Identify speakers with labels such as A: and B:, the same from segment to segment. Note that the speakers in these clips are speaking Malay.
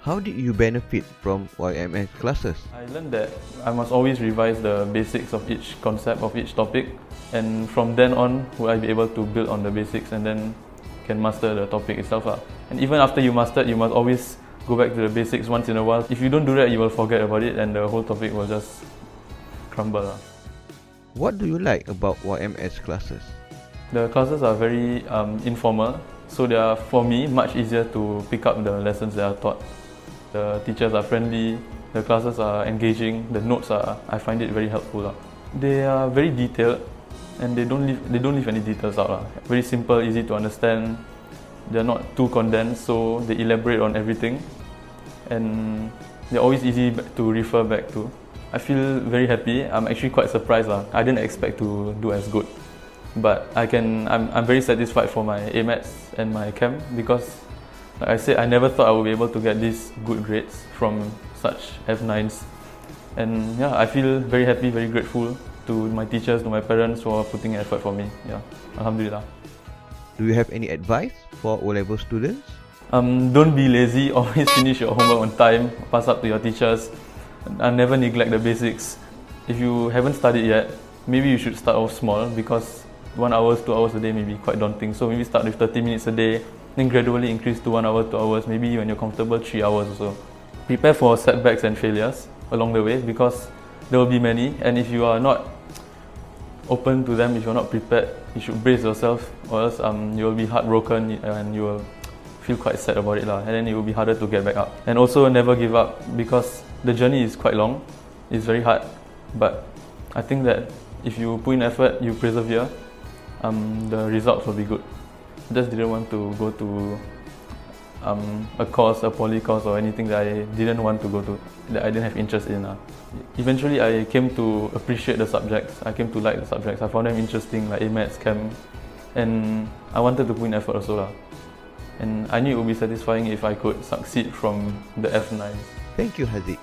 A: How did you benefit from YMS classes?
B: I learned that I must always revise the basics of each concept of each topic, and from then on, will I be able to build on the basics and then can master the topic itself. lah. And even after you mastered, you must always go back to the basics once in a while. If you don't do that, you will forget about it, and the whole topic will just crumble. lah.
A: What do you like about YMS classes?
B: The classes are very um, informal, so they are for me much easier to pick up the lessons that are taught. The teachers are friendly, the classes are engaging, the notes are I find it very helpful. lah. They are very detailed and they don't leave they don't leave any details out. lah. Very simple, easy to understand. They're not too condensed, so they elaborate on everything and they're always easy b- to refer back to. I feel very happy. I'm actually quite surprised. lah. I didn't expect to do as good, but I can. I'm, I'm very satisfied for my AMATs and my CAM because, like I said, I never thought I would be able to get these good grades from such F9s, and yeah, I feel very happy, very grateful to my teachers, to my parents for putting effort for me. Yeah, Alhamdulillah.
A: Do you have any advice for O-level students?
B: Um, don't be lazy. Always finish your homework on time. Pass up to your teachers. And never neglect the basics. If you haven't studied yet, maybe you should start off small because one hour, two hours a day may be quite daunting. So maybe start with 30 minutes a day, then gradually increase to one hour, two hours. Maybe when you're comfortable, three hours or so. Prepare for setbacks and failures along the way because there will be many. And if you are not open to them, if you're not prepared, you should brace yourself, or else um, you'll be heartbroken and you will feel quite sad about it lah. And then it will be harder to get back up. And also never give up because the journey is quite long, it's very hard. But I think that if you put in effort, you persevere, um, the results will be good. Just didn't want to go to um, a course, a poly course, or anything that I didn't want to go to, that I didn't have interest in. lah. Eventually, I came to appreciate the subjects. I came to like the subjects. I found them interesting, like AMATS, Chem, and I wanted to put in effort also. lah. And I knew it would be satisfying if I could succeed from the F9.
A: Thank you, Haziq.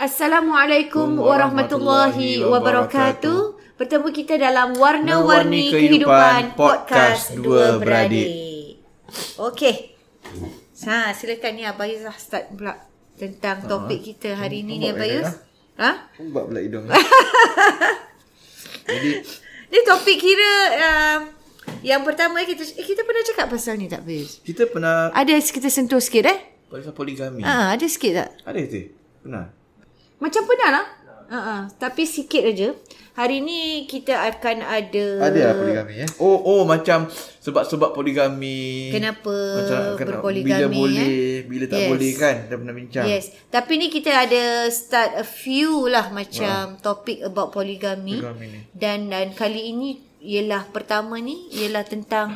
C: Assalamualaikum warahmatullahi wabarakatuh. Bertemu kita dalam Warna-Warni
D: Warna-Warni
C: Kehidupan
D: Kehidupan
C: Podcast
D: Podcast
C: Dua
D: Dua
C: Beradik. Okey. Ha, silakan ni Abayus lah start pula Ha, tentang topik kita hari ini ni
D: nampak
C: Abayus.
D: dah.
C: Ha?
D: Ubat pula hidung. Jadi,
C: Ni topik kira um, yang pertama kita eh, kita pernah cakap pasal ni tak Abayus?
D: kita pernah
C: Ada kita sentuh sikit eh?
D: pasal poligami.
C: Ha, ada sikit tak?
D: Ada tu? Pernah?
C: Macam pernah lah. Uh-uh. Tapi sikit aja. Hari ni kita akan ada
E: Ada lah poligami eh.
D: Oh, oh macam sebab-sebab poligami.
C: Kenapa
D: Bila
C: berpoligami,
D: boleh,
C: eh?
D: bila tak
C: Yes.
D: boleh kan. Dah pernah bincang.
C: Yes. Tapi ni kita ada start a few lah macam topik about poligami.
D: Poligami ni.
C: Dan dan kali ini ialah pertama ni ialah tentang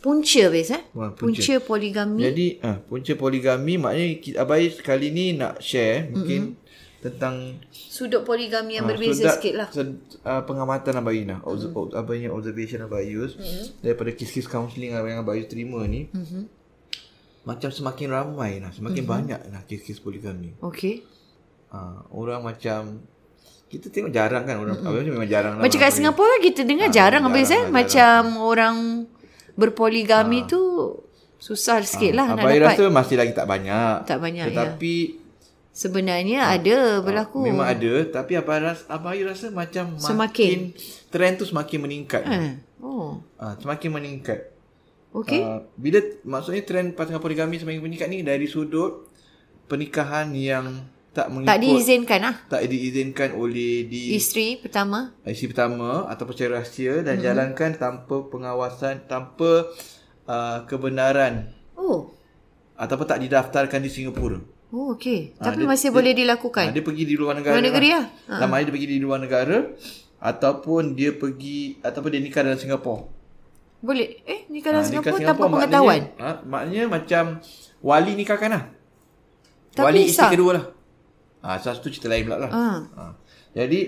C: punca bes eh.
D: Wah, punca.
C: punca poligami.
D: Jadi, ah, punca poligami maknanya ki- Abai kali ni nak share mungkin tentang
C: Sudut poligami yang
D: ah,
C: berbeza
D: sudah-
C: sikit lah.
D: sed- ah, pengamatan Abai lah. Obs- ob- Abai punya observation Abai use daripada kes-kes counselling Abai yang Abai terima ni.
C: Mm-hmm.
D: Macam semakin ramai lah, semakin banyak lah kes-kes poligami.
C: Okey.
D: Ah, orang macam kita tengok jarang kan orang mm-hmm. abang memang jarang lah
C: Macam
D: orang
C: kat Singapura kita dengar jarang
D: Ah, jarang Ah.
C: habis eh
D: lah, jarang.
C: macam orang berpoligami tu
D: poligami.
C: Susah sikit lah nak
D: Abai
C: dapat.
D: Ah, rasa masih lagi tak banyak.
C: Tak banyak, ya.
D: Tetapi
C: Sebenarnya ada berlaku.
D: Ah. memang ada. Tapi Abai rasa, Abai rasa macam
C: Semakin.
D: makin... Trend tu semakin meningkat.
C: Eh, Oh.
D: Ah, semakin meningkat.
C: Okey.
D: Uh, bila maksudnya trend pasangan poligami semakin meningkat ni dari sudut pernikahan yang tak mengikut
C: tak diizinkan ah.
D: tak diizinkan oleh di
C: Isteri pertama.
D: IC pertama ataupun secara rahsia dan hmm. jalankan tanpa pengawasan tanpa uh, kebenaran
C: Oh.
D: ataupun tak didaftarkan di Singapura.
C: Oh okey.
D: Ah,
C: Tapi
D: dia-
C: masih
D: dia-
C: boleh
D: Ha,
C: dilakukan.
D: dia pergi di luar negara.
C: Luar negeri lah.
D: lah. Lama dia pergi di luar negara ataupun dia pergi ataupun dia nikah dalam Singapura.
C: boleh. Eh, nikah dalam
D: Ah, nikah
C: Singapura tanpa
D: maknanya-
C: pengetahuan.
D: Ha, maknanya macam wali nikahkan lah.
C: Tapi
D: wali
C: sah.
D: isteri kedua lah. Ha, sah tu cerita lain pula lah.
C: Ah.
D: Ha. Jadi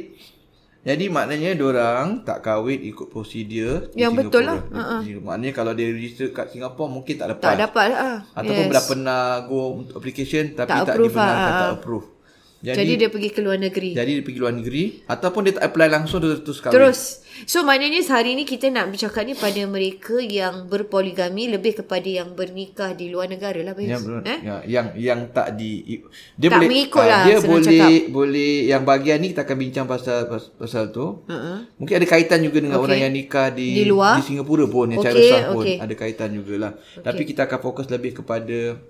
D: jadi maknanya orang tak kahwin ikut prosedur di
C: Yang betul lah.
D: Singapura. Di- Maknanya kalau dia register kat Singapura mungkin tak lepas.
C: Tak dapat lah. ah.
D: Ataupun
C: Yes.
D: dah pernah go untuk application tapi
C: Tak
D: tak,
C: approve lah.
D: dibenarkan,
C: Ah,
D: tak
C: ah.
D: approve. Jadi,
C: Jadi, dia pergi ke luar negeri.
D: jadi dia pergi luar negeri ataupun dia tak apply langsung dia terus kahwin.
C: Terus. So maknanya hari ni kita nak bercakap ni pada mereka yang berpoligami lebih kepada yang bernikah di luar negara lah.
D: yang,
C: Bayus.
D: eh?
C: Eh?
D: yang yang yang tak di dia
C: Tak
D: boleh
C: mengikut
D: ah,
C: lah,
D: dia
C: senang
D: boleh
C: cakap.
D: boleh yang bahagian ni kita akan bincang pasal pas- pasal tu
C: Uh-uh.
D: mungkin ada kaitan juga dengan
C: Okey.
D: okay. orang yang nikah di
C: Di luar?
D: di Singapura pun yang cara
C: Okey,
D: sah pun
C: okey.
D: ada kaitan jugalah okay. tapi kita akan fokus lebih kepada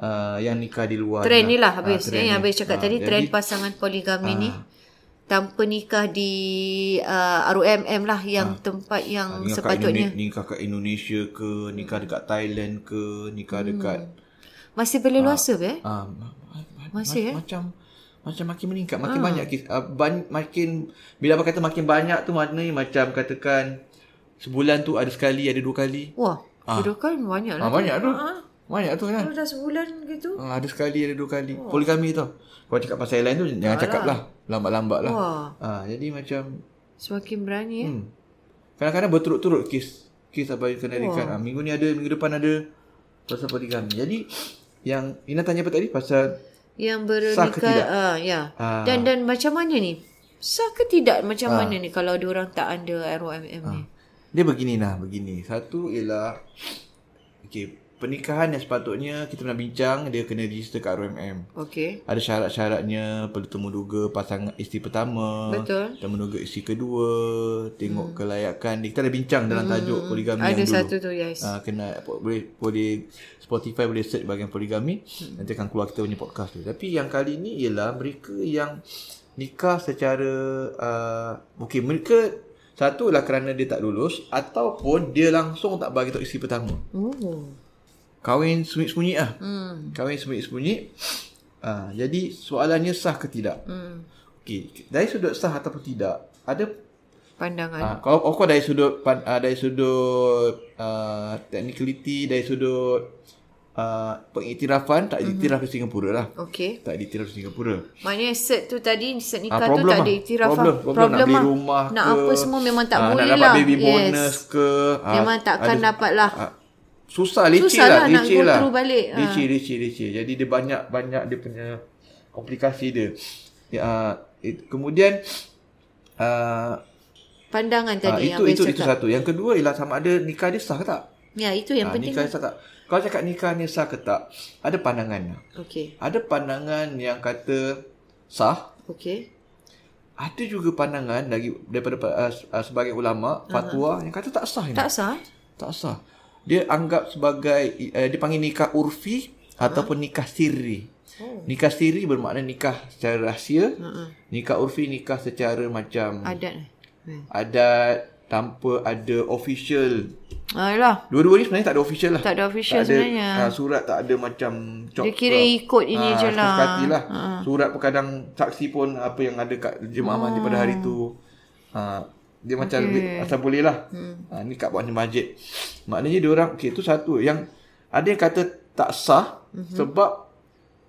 D: uh, yang nikah di luar
C: Trend ni lah
D: Ah,
C: habis.
D: trend
C: eh, yang
D: ni.
C: habis cakap
D: Ah,
C: tadi
D: jadi Ah.
C: trend pasangan poligami ni tanpa nikah di uh, ROMM lah
D: Ah.
C: yang tempat yang
D: nikah kat
C: sepatutnya.
D: Indone- nikah kat Indonesia ke nikah dekat Thailand ke nikah
C: Hmm.
D: dekat
C: Masih berleluasa ha. eh?
D: Ah, ma- ma- ma-
C: Masih,
D: ma-
C: eh? Ah.
D: Macam macam makin meningkat, makin banyak kes, uh, ban, makin bila abang kata makin banyak tu maknanya macam katakan sebulan tu ada sekali, ada dua kali.
C: Wah,
D: Ah.
C: kira kan banyak
D: Ah,
C: lah.
D: banyak tu.
C: Ah.
D: Banyak tu kan.
C: Kalau dah sebulan gitu.
D: Ah, ada sekali, ada dua kali. Poligami tu. Kalau cakap pasal airline tu jangan cakap lah. Lambat-lambat lah.
C: Wah.
D: Ah, jadi macam
C: Semakin berani eh.
D: hmm. kadang-kadang berturut-turut kes kes abang kenalikan. Ah, minggu ni ada, minggu depan ada pasal poligami. Jadi yang Ina tanya apa tadi pasal
C: Yang
D: Sah ke
C: bernikah
D: tidak?
C: ah ya.
D: Ah.
C: Dan dan macam mana ni? Sah ke tidak macam mana ni kalau diorang tak under ROMM
D: Ah.
C: ni?
D: Dia begini lah, begini. Satu ialah okay, pernikahan yang sepatutnya kita pernah bincang dia kena register kat RMM.
C: Okey.
D: Ada syarat-syaratnya perlu temu duga pasangan isteri pertama,
C: Betul.
D: temu duga isteri kedua, tengok hmm. kelayakan. Dia- Kita dah bincang dalam tajuk poligami
C: Hmm. Ada
D: yang dulu.
C: satu tu yes.
D: Ah, kena po- boleh boleh Spotify boleh search bahagian poligami nanti akan keluar kita punya podcast tu. Tapi yang kali ni ialah mereka yang nikah secara uh, okey mereka satu ialah kerana dia tak lulus ataupun dia langsung tak bagi tahu isteri pertama.
C: Oh.
D: Kahwin sembunyi-sembunyi ah. Hmm. Kahwin sembunyi-sembunyi. Ah, jadi soalannya sah ke tidak? Hmm. Okey, dari sudut sah ataupun tidak, ada
C: Pandangan.
D: Ah, kalau of course dari sudut pan, ah, dari sudut uh, technicality dari sudut uh, pengiktirafan
C: Mhm.
D: tak diiktiraf di Singapura lah.
C: Okey.
D: Tak diiktiraf di Singapura.
C: Maknanya cert tu tadi Cert nikah
D: Ah,
C: tu tak
D: problem
C: ada
D: lah.
C: iktiraf
D: problem,
C: ah.
D: problem, nak beli
C: ah.
D: rumah
C: Nak
D: ke,
C: apa semua memang tak
D: ah,
C: boleh
D: nak dapat
C: lah.
D: baby
C: Yes.
D: bonus ke ah,
C: Memang takkan
D: ada-
C: dapat lah.
D: ah, susah leceh
C: Susah lah
D: lah,
C: nak
D: leceh
C: go
D: lah
C: through balik, ah.
D: leceh leceh leceh jadi dia banyak banyak dia punya komplikasi dia ya, ah, it, kemudian ah,
C: Pandangan
D: ah,
C: tadi yang
D: itu
C: Abang
D: itu itu
C: cakap.
D: satu yang kedua ialah sama ada nikah dia sah ke tak
C: Ya, itu yang
D: Ah,
C: penting.
D: Nikah sah tak? Kalau cakap nikah ni sah ke tak? Ada pandangan.
C: Okey.
D: Ada pandangan yang kata sah.
C: Okey.
D: Ada juga pandangan dari daripada uh, uh, sebagai ulama fatwa yang kata tak sah ni.
C: Ah. Tak sah?
D: tak sah. Dia anggap sebagai uh, dia panggil nikah urfi
C: Ah.
D: ataupun nikah siri. Oh. Nikah siri bermakna nikah secara rahsia.
C: Ah,
D: Nikah urfi nikah secara macam
C: Adat. Hmm.
D: adat tanpa ada official
C: Alah.
D: Dua-dua ni sebenarnya tak ada official lah.
C: Tak ada official
D: tak ada,
C: sebenarnya.
D: Uh, surat tak ada macam cop.
C: Dia kira ikut ini je lah.
D: Sepakati lah. Uh. Surat pun kadang saksi pun apa yang ada kat jemaah
C: Hmm.
D: oh. masjid pada hari tu. Uh, dia macam lebih, asal boleh lah. Hmm. Uh, ni kat buatnya masjid. Maknanya dia orang, okay, tu satu. Yang ada yang kata tak sah
C: Mhm.
D: mm-hmm. sebab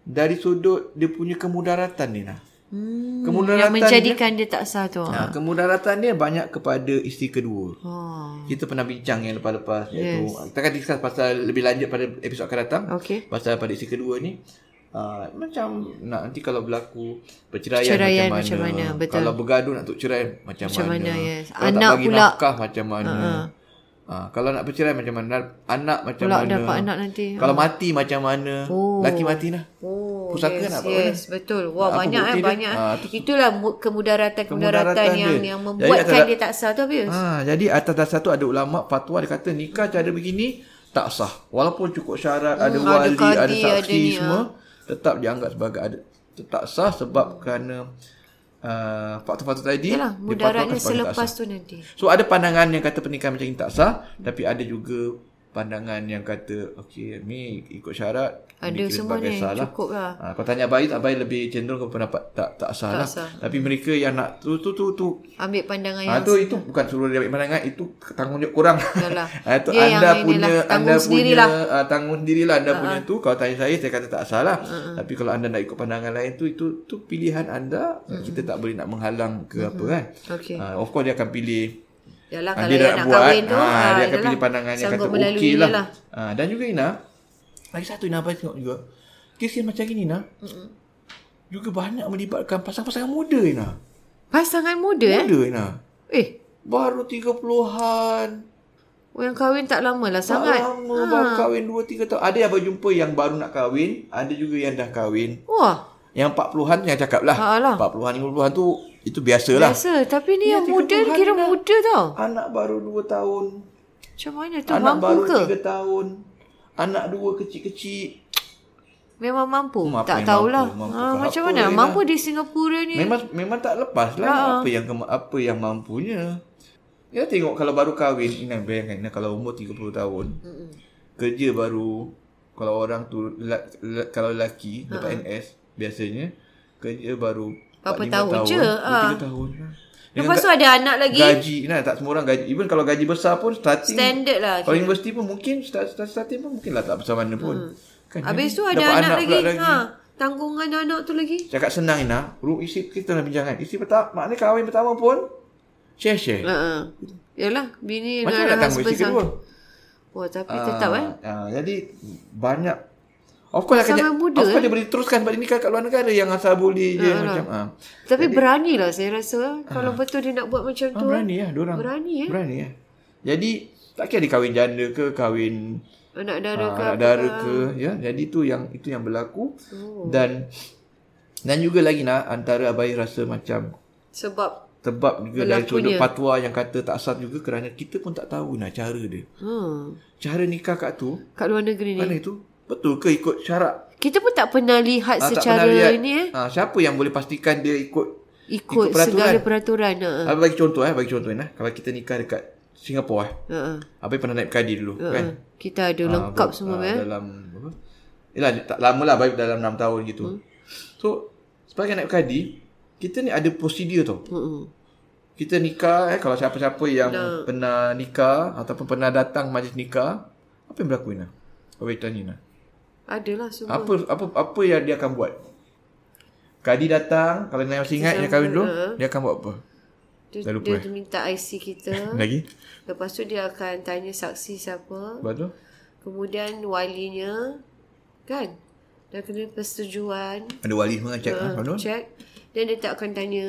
D: dari sudut dia punya kemudaratan ni lah. Hmm, kemudaratan
C: Yang menjadikan dia tak sah tu.
D: dia, uh, kemudaratan dia banyak kepada isteri kedua.
C: Oh.
D: Kita pernah bincang yang lepas-lepas iaitu kita akan discuss pasal lebih lanjut pada episod akan datang.
C: Okey.
D: Pasal pada isi kedua ni uh, macam nak nanti kalau berlaku perceraian,
C: Perceraian
D: macam,
C: macam
D: mana.
C: mana, betul.
D: Kalau bergaduh nak untuk cerai macam,
C: Macam
D: mana.
C: mana, yes.
D: Kalau
C: Anak
D: tak bagi
C: pula.
D: nafkah macam mana. Uh-huh. Ha, kalau nak bercerai macam mana? Anak macam
C: Pula
D: mana?
C: dapat anak nanti. Ha.
D: Kalau mati macam mana?
C: Oh.
D: Laki mati lah.
C: Oh,
D: Pusaka
C: yes,
D: nak buat
C: yes,
D: mana?
C: betul. Wah,
D: Apa
C: banyak eh,
D: bukti dia?
C: banyak.
D: Ah,
C: Ha, Itulah mu- kemudaratan kemudaratan,
D: Kemudaratan
C: yang
D: dia. Ya,
C: yang
D: Jadi
C: membuatkan
D: atas-
C: dia tak sah tu habis.
D: Ha, jadi atas dasar tu ada ulama fatwa dia kata nikah cara begini tak sah. Walaupun cukup syarat ada
C: Hmm, ada
D: wali,
C: kadi,
D: ada
C: ada ni, ah.
D: saksi ada semua tetap dianggap sebagai ada tak sah sebab kerana uh, faktor-faktor tadi
C: Yalah,
D: dipatwakan
C: mudaratnya
D: sebagai tak
C: selepas
D: sah.
C: tu nanti.
D: So ada pandangan yang kata pernikahan macam ini tak sah tapi ada juga pandangan yang kata okey ni ikut syarat
C: Ada
D: dikira
C: semua ni,
D: sebagai sah
C: cukup lah.
D: Ha, kau tanya Abai, Abai lebih cenderung ke pendapat tak tak sah
C: Tak
D: lah.
C: sah.
D: Tapi mereka yang nak tu tu tu tu
C: Ambil pandangan yang
D: Ah tu itu bukan suruh dia ambil pandangan itu tanggungjawab korang.
C: Yalah.
D: ah tu
C: Dia
D: anda
C: yang
D: punya
C: inilah,
D: anda
C: tanggung
D: punya
C: sendirilah.
D: ah, tanggung dirilah anda punya tu kalau tanya saya saya kata tak salah. Tapi kalau anda nak ikut pandangan lain tu itu tu pilihan anda kita tak boleh nak menghalang ke apa kan.
C: Hmm. Okey.
D: Ah, of course dia akan pilih
C: Yalah
D: Ah,
C: kalau
D: dia
C: dia
D: nak
C: nak
D: buat,
C: kahwin tu,
D: ah,
C: ah,
D: dia akan
C: yalah,
D: pilih pandangan yang
C: sanggup
D: kata
C: melalui
D: okey
C: dia
D: lah. Ah, dan juga Ina, lagi satu Ina apa tengok juga. Kes-kes macam ini Ina, juga banyak melibatkan pasangan-pasangan muda Ina.
C: Pasangan muda eh.
D: Muda Ina.
C: Eh,
D: Baru 30-an.
C: oh, yang kahwin tak lama lah
D: Tak
C: sangat.
D: lama ha. baru kahwin 2 3 tahun. Ada yang berjumpa yang baru nak kahwin, ada juga yang dah kahwin.
C: Wah,
D: Yang 40-an yang cakap lah.
C: Ha lah.
D: 40-an 50-an tu itu biasalah. Biasa.
C: biasa. Tapi ni
D: Ya,
C: yang muda
D: 30-an
C: kira
D: dah.
C: muda tau.
D: Anak baru 2 tahun.
C: Macam mana tu?
D: anak
C: mampu
D: baru
C: ke?
D: 3 tahun. Anak dua kecil-kecil.
C: Memang mampu.
D: Hmm, apa
C: tak
D: yang
C: tahulah.
D: mampu, mampu
C: Ha,
D: ke
C: macam
D: apa lah.
C: mana?
D: ni
C: Mampu
D: dah?
C: di Singapura ni.
D: Memang memang tak lepas
C: Ha.
D: lah apa yang kema- apa yang mampunya. Ya tengok kalau baru kahwin, Ina bayangkan Ina kalau umur 30 tahun. Mm-mm. Kerja baru kalau orang tu la, la, kalau lelaki dapat NS biasanya kerja baru
C: Ha. Berapa
D: 4-5
C: tahun je,
D: dua,
C: ah.
D: tiga tahun. lah. Dengan
C: Lepas tu
D: ga-
C: ada anak lagi.
D: gaji Ina tak semua orang gaji. Even kalau gaji besar pun starting
C: Standard lah.
D: Kalau
C: kira.
D: universiti pun mungkin start, start, starting pun mungkin lah tak besar mana pun.
C: Mm.
D: Kan,
C: Habis tu
D: dapat
C: ada anak,
D: pula
C: lagi. Ha, tanggungan anak tu lagi.
D: Cakap senang Ina Room isi kita dalam bincangan Isi pertama Maknanya kahwin pertama pun Share-share
C: Ha. ha. Yalah, bini
D: Macam mana nak tanggung isi kedua
C: Wah, tapi tetap
D: Ah,
C: eh.
D: ah, Jadi Banyak Of course akan
C: Sangat muda,
D: Of course
C: eh.
D: dia boleh teruskan Sebab ini kan kat luar negara Yang asal boleh je Macam ah.
C: Tapi beranilah saya rasa. Ha. Kalau betul dia nak buat macam
D: Ah,
C: tu. eh.
D: Berani lah dorang
C: Berani, eh.
D: Berani lah Jadi Tak kira dia kahwin janda ke Kahwin
C: Anak dara
D: Ah,
C: ke
D: anak
C: apa
D: dara
C: ke. Oh.
D: ke ya jadi itu yang itu yang berlaku dan dan juga lagi nah antara abai rasa macam
C: Sebab
D: Sebab juga dari sudut
C: Berlakunya.
D: fatwa yang kata tak sah juga kerana kita pun tak tahu nak cara dia.
C: ha,
D: Cara nikah kat tu,
C: kat luar negeri ni.
D: mana itu? Betul ke ikut syarat?
C: Kita pun tak pernah lihat
D: Ah, tak
C: secara
D: pernah lihat.
C: ni eh.
D: Ah, siapa yang boleh pastikan dia ikut?
C: Ikut,
D: Ikut
C: peraturan. segala
D: peraturan.
C: peraturan. Ha.
D: Uh. Bagi contoh eh, bagi contoh nah. Kalau kita nikah dekat Singapura eh.
C: Ha. ha.
D: Abai pernah naik kadi dulu uh. kan?
C: Kita ada Ah, lengkap
D: Ah,
C: semua
D: ah,
C: eh.
D: Dalam apa? Yalah tak lama lah baik dalam 6 tahun gitu. Hmm. So sebagai naib kadi, kita ni ada prosedur tau.
C: Hmm.
D: Kita nikah eh kalau siapa-siapa yang no. pernah nikah ataupun pernah datang majlis nikah, apa yang berlaku Ina? Apa yang tanya Ina?
C: Adalah semua.
D: Apa apa apa yang dia akan buat? Kadi datang, kalau Ina masih ingat dia kahwin dulu, dia akan buat apa?
C: Dia,
D: Dah lupa,
C: dia
D: eh?
C: minta IC kita.
D: Lagi?
C: Lepas tu dia akan tanya saksi siapa.
D: Lepas tu?
C: Kemudian walinya. Kan? Dah kena persetujuan.
D: Ada wali semua kan, check. Uh, ha, check.
C: Check. Dan dia tak akan tanya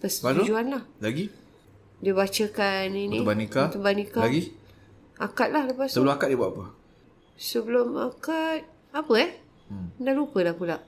C: persetujuan lah.
D: Lagi?
C: Dia bacakan ini.
D: Khutbah nikah.
C: Khutbah nikah.
D: Lagi?
C: Akad lah lepas tu.
D: Sebelum akad dia buat apa?
C: Sebelum akad. Apa eh? Hmm. Dah lupa dah pula.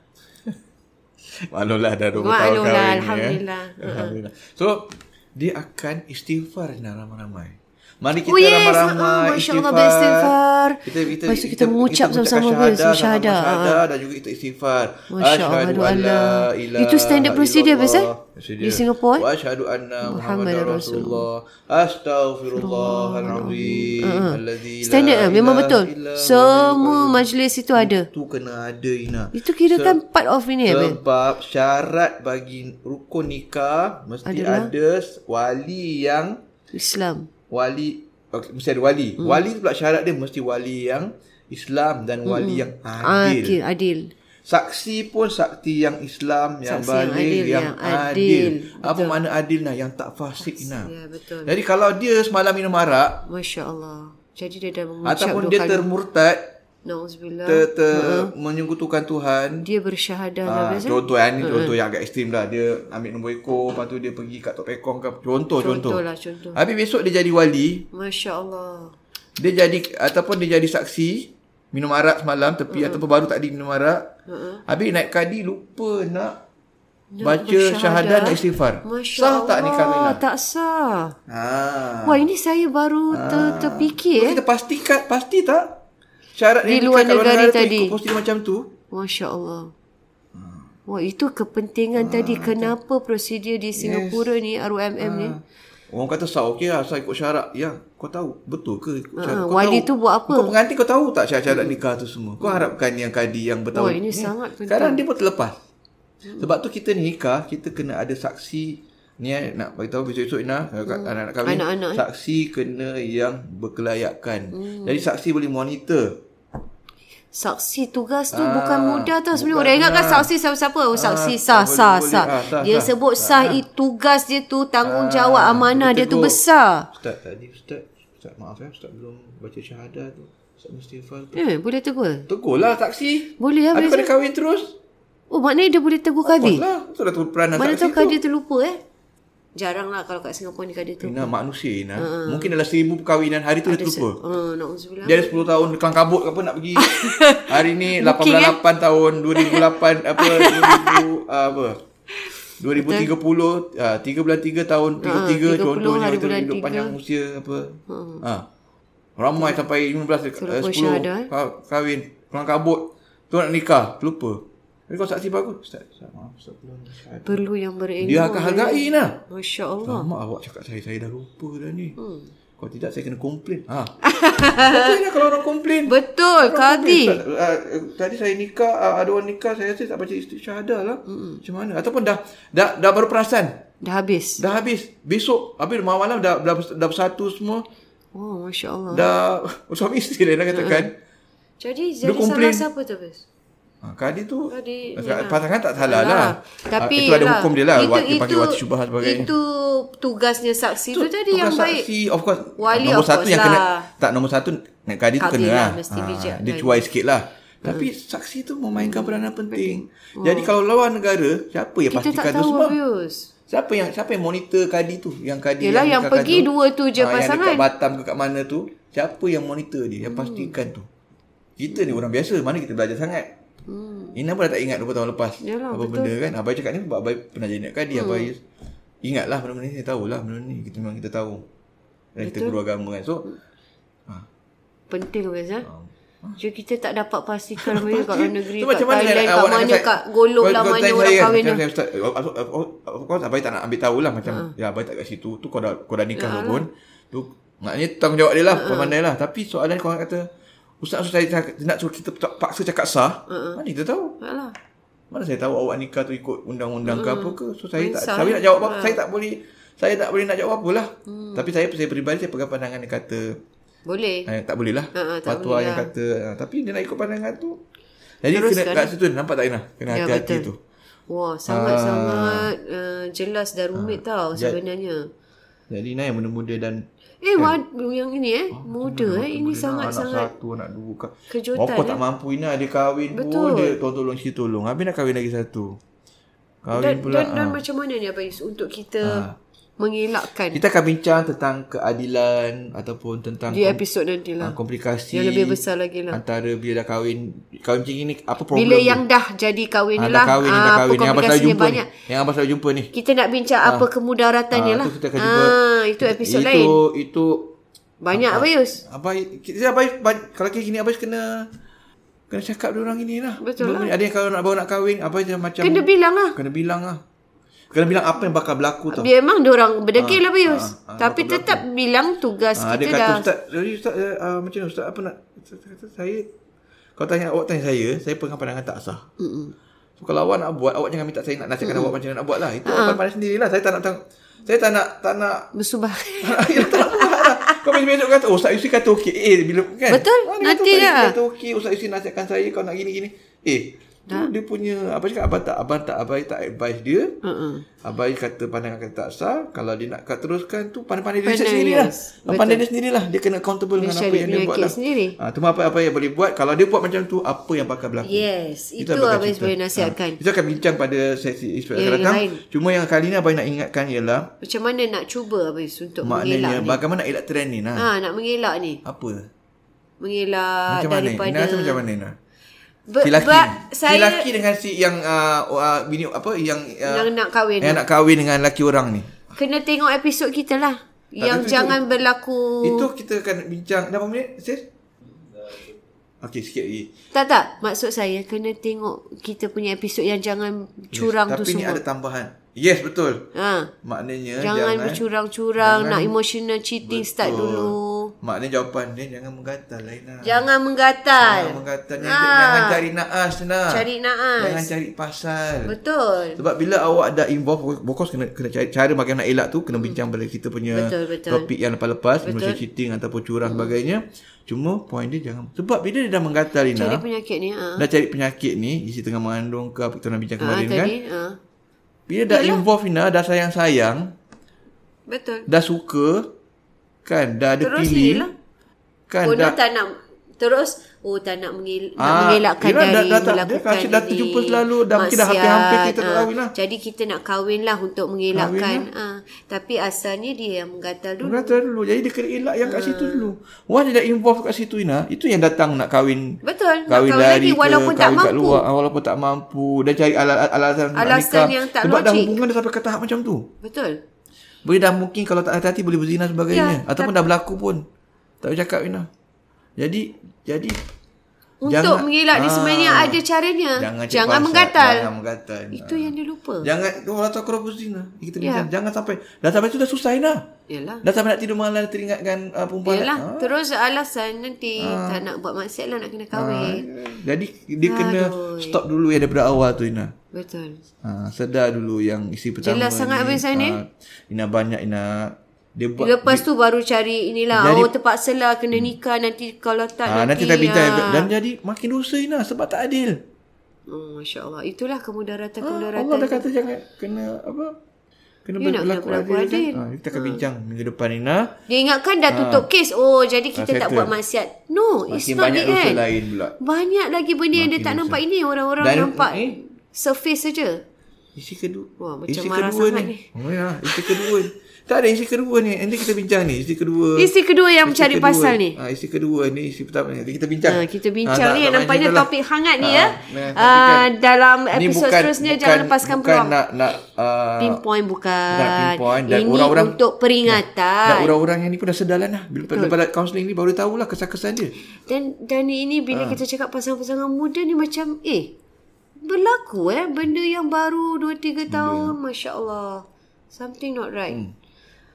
D: Maklumlah dah 20 tahun
C: Maklumlah,
D: kahwin ni, eh.
C: Alhamdulillah.
D: Alhamdulillah. So dia akan istighfar dengan ramai-ramai. Mari kita
C: Oh, yes. Ah,
D: ramai-ramai
C: Masya Allah, beristighfar.
D: Kita kita
C: Lepas tu kita mengucap sama-sama
D: syahadah,
C: bersyahadah.
D: sama-sama
C: Ah.
D: syahadah dan juga kita istighfar.
C: Masya Allah,
D: Asyhadu
C: doa
D: an la
C: Allah.
D: ilaha
C: Itu standard procedure,
D: illallah.
C: Bes, eh?
D: Procedure.
C: Di Singapore, eh?
D: Wa asyhadu anna
C: Muhammadar
D: Muhammadar Rasulullah. Astaghfirullahal azim. Allazi la
C: Standard lah. Memang
D: ilaha
C: betul.
D: illa
C: Semua
D: huwal hayyul
C: majlis itu ada.
D: qayyum. Itu kena ada Ina.
C: Itu kira kan part of ini ya, Bil?
D: Sebab syarat bagi rukun nikah mesti
C: Adalah?
D: Adalah? ada wali yang
C: Islam.
D: wali okay, mesti ada wali. Hmm. Wali tu pula syarat dia mesti wali yang Islam dan wali
C: Hmm.
D: yang
C: Ah,
D: adil.
C: Adil. Adil.
D: Saksi pun sakti yang Islam, yang
C: Saksi yang
D: balik,
C: adil,
D: yang,
C: yang adil.
D: adil. Apa makna adil nah? Yang tak fasik nah.
C: Ya, betul.
D: Jadi kalau dia semalam minum arak
C: Masya Allah. Jadi dia dah mengucap
D: ataupun
C: dua
D: dia
C: kali. Ha,
D: termurtad,
C: Nauzubillah.
D: ter, ter menyekutukan Tuhan.
C: Dia bersyahadah lah
D: Ah,
C: biasa.
D: contoh eh, ni contoh yang agak ekstrim lah. Dia ambil nombor ekor, lepas tu dia pergi kat Tok Pekong ke. Contoh, contoh.
C: Contoh lah, contoh.
D: Habis besok dia jadi wali,
C: Masya Allah.
D: dia jadi ataupun dia jadi saksi minum arak semalam tepi ataupun baru tadi minum arak. Habis naik kadi lupa nak baca
C: bersyahadah.
D: syahadat dan istighfar.
C: Masya
D: sah
C: Allah.
D: tak lah? nikah Laila?
C: Tak sah.
D: Ha.
C: Wah, ini saya baru
D: Ah.
C: ter, terfikir. eh.
D: Kita pastikan pasti tak syarat
C: Di
D: yang
C: luar
D: nikah kalau
C: negara
D: negara tu
C: tadi.
D: ikut prosedur macam tu?
C: Masya Allah.
D: Hmm.
C: Wah, itu
D: Ah,
C: kepentingan tadi. Kenapa prosedur di Singapura ni, RUMM
D: Ah.
C: ni?
D: Orang kata sah okey lah sah ikut syarat. Ya, kau tahu betul ke ikut syarat? Kau
C: Ha, wali
D: tahu,
C: tu buat apa? Hmm.
D: Kau pengantin kau tahu tak syarat-syarat nikah tu semua? Kau harapkan yang kadi yang bertahun.
C: Wah,
D: Hmm.
C: ini sangat penting. Hmm.
D: Sekarang dia pun terlepas. Sebab tu kita ni nikah, kita kena ada saksi. Ni eh, nak beritahu besok-besok Ina, hmm. anak-anak kami.
C: Anak-anak, Hmm. eh.
D: Saksi kena yang berkelayakan. Jadi saksi boleh monitor.
C: Saksi tugas tu
D: Ah,
C: bukan mudah tau sebenarnya.
D: bukan
C: Orang ingat kan
D: mudah.
C: saksi siapa-siapa. Oh, saksi sah,
D: boleh,
C: sah,
D: boleh.
C: sah.
D: Ah, sah,
C: Dia
D: sah.
C: sebut sah, i- tugas dia tu, tanggungjawab, amanah dia tu
D: betul.
C: besar.
D: Ustaz tadi, Ustaz. Ustaz maaf ya, Ustaz belum baca syahadat tu. Ustaz Mustafa tu.
C: Eh, boleh tegur?
D: Tegur lah saksi.
C: Boleh lah.
D: Habis kau
C: boleh
D: dah kahwin terus?
C: Oh, maknanya dia boleh tegur kadi?
D: Kadi. Lah, tu dah tu peranan
C: Mana
D: saksi
C: tahu
D: tu.
C: kadir tu lupa eh. Jarang lah kalau kat Singapura ni kadir tu.
D: Ina manusia
C: Ah.
D: Ina. Mungkin dalam seribu perkahwinan hari tu dia terlupa.
C: Uh, Na'udzubillah.
D: Dia ada 10 tahun Kelang kabut ke apa Nak pergi Hari ni
C: Booking, eh?
D: 88 tahun 2008 Apa 2000 uh, Apa 2030 uh, 3 bulan 3 tahun 33
C: Ah, 30
D: Contohnya
C: hari
D: macam
C: bulan tiga.
D: hidup
C: Ah.
D: panjang usia Apa ha. Ramai sampai 15
C: Suruh
D: uh,
C: pun
D: 10
C: syahadah, eh.
D: ka- Kahwin Kelang kabut Tu nak nikah Lupa Tapi kau saksi bagus Ustaz Ustaz maaf Ustaz belum syahadat.
C: Perlu yang berilmu.
D: Dia akan hargai lah
C: Masya Allah.
D: Lama awak cakap saya Saya dah lupa dah ni
C: Hmm.
D: Kalau tidak saya kena komplain ha. Betul lah kalau orang komplain
C: Betul, kadi.
D: Ustaz, ah, eh, Tadi saya nikah, ah, ada orang nikah, saya rasa tak baca isteri syahadah lah.
C: Hmm.
D: Mm-hmm. Macam mana? Ataupun dah, dah dah baru perasan.
C: Dah habis.
D: Dah habis. Besok, habis malam-malam dah, dah, bers- dah bersatu semua.
C: Oh, Masya Allah.
D: Dah suami isteri dia nak katakan.
C: Hmm. Jadi, jadi
D: Dia komplain.
C: salah siapa tu, Bes?
D: Ha, kadi tu
C: Kadi, ya.
D: pas- pasangan tak salah lah.
C: Tapi
D: Ah, itu ada
C: lah,
D: hukum dia lah. Itu, dia panggil wati syubhat sebagainya.
C: Itu tugasnya saksi tu, tadi
D: bukan
C: yang baik.
D: saksi, Of course.
C: Wali,
D: nombor
C: of
D: satu
C: course
D: yang kena.
C: lah.
D: Tak, nombor satu nak kadi tu
C: Kadi
D: kena
C: lah,
D: lah.
C: mesti Hmm. reject
D: dia
C: kadi.
D: cuai sikit lah. Tapi saksi tu memainkan peranan penting. Jadi kalau lawan negara, siapa yang
C: Hmm. Kita tak
D: pastikan tu
C: tahu,
D: semua?
C: Abus.
D: Siapa yang siapa yang monitor kadi tu? Yang kadi
C: Yelah, yang
D: dekat
C: pergi dua tu je kan?
D: Ah,
C: pasangan.
D: Yang dekat Batam ke kat mana tu, siapa yang monitor dia?
C: Hmm.
D: Yang pastikan tu. Kita ni orang biasa, mana kita belajar sangat. Hmm. Ina pun dah tak ingat 20 tahun lepas.
C: Yalah,
D: apa
C: betul.
D: benda kan? Abai cakap ni sebab Abai pernah jadi nak kadi. Hmm. Abai ingatlah benda-benda ni, saya tahulah benda ni. Kita memang kita tahu. Dan kita guru agama kan. So,
C: Penting, Abus, ha? Jadi kita tak dapat pastikan Abus, kat luar negeri,
D: tu
C: kat
D: macam mana
C: Thailand,
D: nak-
C: kat
D: awak nak
C: mana,
D: kata-
C: kat Golok
D: kau-
C: lah,
D: kau
C: mana
D: tanya
C: orang
D: saya,
C: kahwin.
D: macam saya, Ustaz, of- of- of- of- Of course, Abai tak nak ambil tahulah macam,
C: Ha.
D: ya Abai tak kat situ. Tu kau dah, kau dah nikah kau pun. Tu, maknanya tanggungjawab dia lah,
C: Ha,
D: kau pandai lah. Tapi soalan kau orang kata, Ustaz suruh saya cakap- nak suruh kita tak- paksa cakap sah,
C: Ha,
D: mana kita tahu?
C: Alah.
D: Mana saya tahu awak nikah tu ikut undang-undang ke apa ke. So
C: Hmm.
D: saya
C: Main
D: tak
C: sah,
D: saya
C: eh?
D: nak jawab apa, saya tak boleh saya tak boleh nak jawab apalah. Hmm. Tapi saya saya peribadi saya pegang pandangan yang kata
C: Boleh.
D: eh, tak boleh lah.
C: Ha, ha, tak
D: Fatwa
C: boleh
D: yang
C: lah.
D: kata ah, tapi dia nak ikut pandangan tu. Jadi
C: Teruskan.
D: kena kat situ nampak tak Inah? Kena
C: Ya,
D: hati-hati
C: betul.
D: tu.
C: Wah, sangat-sangat
D: Ah.
C: uh, jelas dan rumit tau sebenarnya.
D: Jadi Inah yang muda-muda dan
C: Eh, wad, yang ini eh,
D: Ah,
C: muda eh. Ini
D: Ina anak
C: sangat-sangat
D: satu, anak dua. Ka-
C: kejutan,
D: Bapa tak
C: eh.
D: mampu Ina dia kahwin Betul.
C: Betul.
D: pun dia tolong-tolong si tolong. Habis nak kahwin lagi satu. Kahwin
C: dan,
D: pula.
C: dan, dan
D: ah.
C: macam mana ni Abang Yus untuk kita mengelakkan
D: Kita akan bincang tentang keadilan ataupun tentang
C: di episod nanti
D: Ah,
C: lah.
D: komplikasi
C: Yang lebih besar lagi lah.
D: Antara bila dah kahwin kahwin macam ni apa problem
C: Bila
D: dia?
C: yang dah jadi kahwin
D: ah,
C: ni
D: dah
C: lah,
D: kahwin ni, dah
C: ah,
D: kahwin
C: apa
D: yang abang selalu
C: komplikasi dia
D: jumpa
C: banyak.
D: ni. Yang abang selalu jumpa ni.
C: Kita nak bincang apa kemudaratannya
D: Ah,
C: dia
D: tu
C: lah.
D: kita akan jumpa.
C: Ah, itu episod
D: itu, Ah,
C: lain.
D: Itu
C: Banyak Abang Yus.
D: abang kita abang kalau kayak gini abang kena kena cakap dia orang ini lah.
C: Betul
D: Abang- Ada yang kalau nak baru nak kahwin abang dia macam
C: Kena bilang lah.
D: kena bilang lah. Kena bilang apa yang bakal berlaku tau.
C: Dia memang diorang berdekil Abang Yus.
D: ah, ah,
C: Tapi
D: berlaku.
C: tetap bilang tugas
D: Ah, dia
C: kita
D: kata
C: dah.
D: ustaz, jadi ustaz eh, ah, macam mana ustaz apa nak ustaz kata saya kalau tanya awak tanya saya, saya pegang pandangan tak sah. Mm-mm. So kalau awak nak buat, awak jangan minta saya nak nasihatkan awak macam mana nak buat lah. Itu
C: Ah.
D: awak pandai sendirilah. Saya tak nak tang- saya tak nak tak nak
C: Bersubah.
D: Ya, tak nak buat lah. Kau besok-besok kata Oh Ustaz Yusi kata okey Eh bila kan
C: Betul,
D: Ah, dia kata,
C: nanti
D: Ustaz Yusi
C: lah.
D: kata okey Ustaz Yusi nasihatkan saya Kau nak gini-gini Eh Tu dia punya abang cakap abang tak abang tak abai tak advise dia.
C: Uh-uh.
D: Abai kata pandangan kata tak sah. Kalau dia nak kat teruskan tu pandai-pandai dia
C: Pandai,
D: sendirilah.
C: yes.
D: Yes. Ah, Pandai dia sendirilah. Dia kena accountable
C: Dia
D: dengan
C: cari
D: apa yang dia
C: penyakit
D: buat lah.
C: sendiri.
D: Ha, tu apa apa yang boleh buat. Kalau dia buat macam tu apa yang bakal berlaku.
C: Yes, itu
D: yang bakal
C: Abang
D: cerita.
C: Ismail nasihatkan.
D: Ha, kita akan bincang pada sesi isu
C: Ya,
D: yang akan
C: yang
D: datang.
C: lain.
D: Cuma yang kali ni abai nak ingatkan ialah
C: Macam mana nak cuba Abis untuk mengelak
D: maknanya
C: ni?
D: bagaimana nak elak trend ni nah.
C: Ha, nak mengelak ni.
D: Apa?
C: Mengelak
D: Macam mana?
C: daripada...
D: Ina rasa macam mana Ina?
C: Ber-
D: Si lelaki.
C: ber-
D: Saya... Si
C: saya
D: lelaki dengan si yang uh, uh, bini apa yang uh,
C: yang nak kahwin.
D: yang nak kahwin dengan lelaki orang ni.
C: Kena tengok episod kita lah. yang
D: tentu
C: jangan berlaku...
D: Itu kita akan bincang berapa minit, Sis? Okey, sikit lagi.
C: Tak tak. Maksud saya kena tengok kita punya episod yang jangan curang
D: yes,
C: tu
D: tapi ni
C: semua.
D: ada tambahan. Yes, betul.
C: Ha. Jangan,
D: Maknanya jangan eh.
C: bercurang-curang, nak
D: jangan-
C: emotional cheating start
D: Betul. Ah.
C: dulu.
D: Maknanya jawapan dia jangan menggatal lah Ina.
C: Jangan menggatal.
D: Jangan menggatal.
C: Ah.
D: Jangan, jangan cari naas Ina.
C: Cari naas.
D: Jangan cari pasal.
C: Betul.
D: Sebab bila awak dah involve Bokos kena kena cari cara bagaimana nak elak tu kena bincang pada kita punya
C: Hmm. Betul, betul. Hmm.
D: topik yang lepas-lepas macam cheating ataupun curang sebagainya. Cuma point dia jangan sebab bila dia dah menggatal Rina
C: Cari penyakit ni. Ha.
D: dah cari penyakit ni isi tengah mengandung ke apa kita nak bincang
C: Ha,
D: kemarin kan.
C: tadi. Ha.
D: Bila dah involve Rina dah sayang-sayang,
C: Betul.
D: dah suka kan dah ada
C: Terus
D: feeling.
C: lah.
D: Kan
C: Oh,
D: dah
C: dah tak nak terus oh tak nak, mengel- nak
D: Ah,
C: mengelakkan
D: yelah, dah-
C: dari
D: dah tak-
C: melakukan
D: dah- dah
C: ini.
D: terjumpa selalu, dah mungkin dah
C: Maksiat,
D: hampir-hampir kita tak
C: ah.
D: kahwin lah.
C: Jadi kita nak kahwin lah untuk mengelakkan. ah. Tapi asalnya dia yang menggatal dulu.
D: Menggatal dulu Jadi dia kena elak yang kat
C: Eh.
D: situ dulu Once dia dah involve kat situ Ina Itu yang datang nak kahwin
C: Betul. nak
D: kahwin
C: kahwin
D: lari
C: lagi
D: ke,
C: walaupun tak
D: kahwin kat
C: mampu.
D: luar, ah, walaupun tak mampu dan cari ala- ala- alasan untuk nak
C: Alasan
D: nikah.
C: yang tak
D: sebab dah
C: logik.
D: hubungan dah sampai ke tahap macam tu
C: Betul.
D: boleh dah mungkin kalau tak hati-hati boleh berzina sebagainya
C: Ya,
D: ataupun dah berlaku pun tak boleh cakap Ina jadi jadi
C: Untuk mengelak ni
D: ah,
C: sebenarnya ada caranya.
D: jangan,
C: Jangan,
D: cari pasal,
C: menggatal.
D: jangan menggatal Ina.
C: Itu yang dia lupa.
D: jangan oh, kalau tak kau berzina kita
C: Ya.
D: bincang jangan sampai dah sampai tu dah susah Ina
C: Yalah.
D: dah sampai nak tidur malam teringatkan uh, perempuan
C: Yalah.
D: Ah.
C: Terus alasan nanti tak nak buat maksiat lah nak kena kahwin.
D: Ah, Jadi dia kena stop dulu ya daripada awal tu Ina.
C: Betul.
D: Ha, sedar dulu yang isi pertama
C: Jelas sangat
D: ni.
C: Abang Ihsan ni.
D: Ah, Ina banyak Ina. Dia buat
C: Lepas tu baru cari inilah.
D: Jadi-
C: oh terpaksalah kena nikah nanti kalau tak
D: ha,
C: nanti.
D: nanti tak bincang
C: ah.
D: dan jadi makin dosa Ina sebab tak adil.
C: Oh, Masya Allah. Itulah kemudaratan-kemudaratan.
D: Allah dah kata jangan kena apa? Kena
C: You nak kena
D: berlaku
C: berlaku
D: adil.
C: adil. Hmm.
D: Kan? Ha, kita akan bincang minggu depan Ina.
C: Dia ingatkan dah tutup kes. Oh, jadi kita
D: Ah,
C: tak
D: settle.
C: buat maksiat. No, it's
D: Makin
C: not kan?
D: banyak
C: the
D: dosa
C: end.
D: lain pula.
C: Banyak lagi benda yang dia
D: Makin
C: tak
D: dosa.
C: nampak ini. Orang-orang
D: Dan-
C: nampak
D: eh.
C: surface saja.
D: Isi kedua.
C: Wah, macam
D: isi
C: marah
D: kedua
C: sangat
D: ni. Oh ya, isi kedua. ni. tak ada isi kedua ni. Nanti kita bincang ni isi kedua.
C: Isteri kedua yang
D: Isi
C: mencari
D: kedua.
C: pasal ni.
D: Ha, isi kedua ni, isi pertama ni. Kita bincang.
C: Ha, kita bincang
D: tak-
C: ni
D: tak
C: nampaknya
D: main je lah.
C: topik hangat ni
D: Ha,
C: ya. Ah,
D: nah, tapi kan,
C: dalam
D: ni
C: episod
D: bukan-
C: seterusnya
D: bukan-
C: jangan lepaskan
D: bukan
C: peluang.
D: nak nak uh,
C: pinpoint bukan.
D: nak pinpoint dan
C: Ini
D: orang-orang
C: untuk peringatan.
D: Dan orang-orang yang ni pun dah sedar lah nah. Bila lepas kaunseling ni baru tahulah kesan-kesan dia.
C: Dan dan ini
D: Ah.
C: bila kita cakap pasangan-pasangan muda ni macam eh berlaku eh benda yang baru 2 3 tahun masya-Allah. Something not right. Hmm.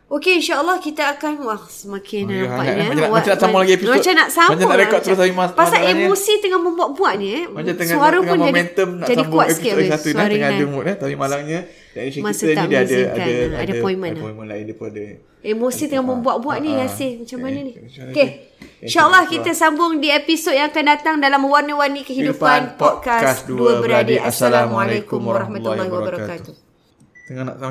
C: Okey insya-Allah kita akan wah semakin
D: Oh, ya,
C: nampaknya
D: hangat, eh. Macam nak-
C: Wah,
D: macam nak sambung lagi episod.
C: Macam nak sambung.
D: Macam nak
C: lah,
D: rekod terus hari mas-
C: Pasal
D: masalahnya.
C: emosi tengah membuat-buat ni eh.
D: Macam tengah
C: Suara
D: tengah
C: pun jadi
D: momentum nak
C: jadi
D: sambung
C: kuat
D: episod
C: sikit
D: lagi
C: habis.
D: satu ni tengah ada
C: Suara
D: mood eh tapi malangnya technician
C: Masa tak
D: kita ni dia ada
C: mengizinkan.
D: ada
C: Ada appointment lah.
D: appointment lain daripada
C: Emosi tengah membuat-buat ni
D: ah,
C: Yasir Macam
D: eh,
C: mana ni
D: macam mana
C: Okay
D: ni? Eh,
C: InsyaAllah
D: tak
C: kita sambung di episod yang akan datang Dalam Warna-Warni Kehidupan Podcast Dua Beradik Assalamualaikum Warahmatullahi Wabarakatuh
D: Tengah nak sama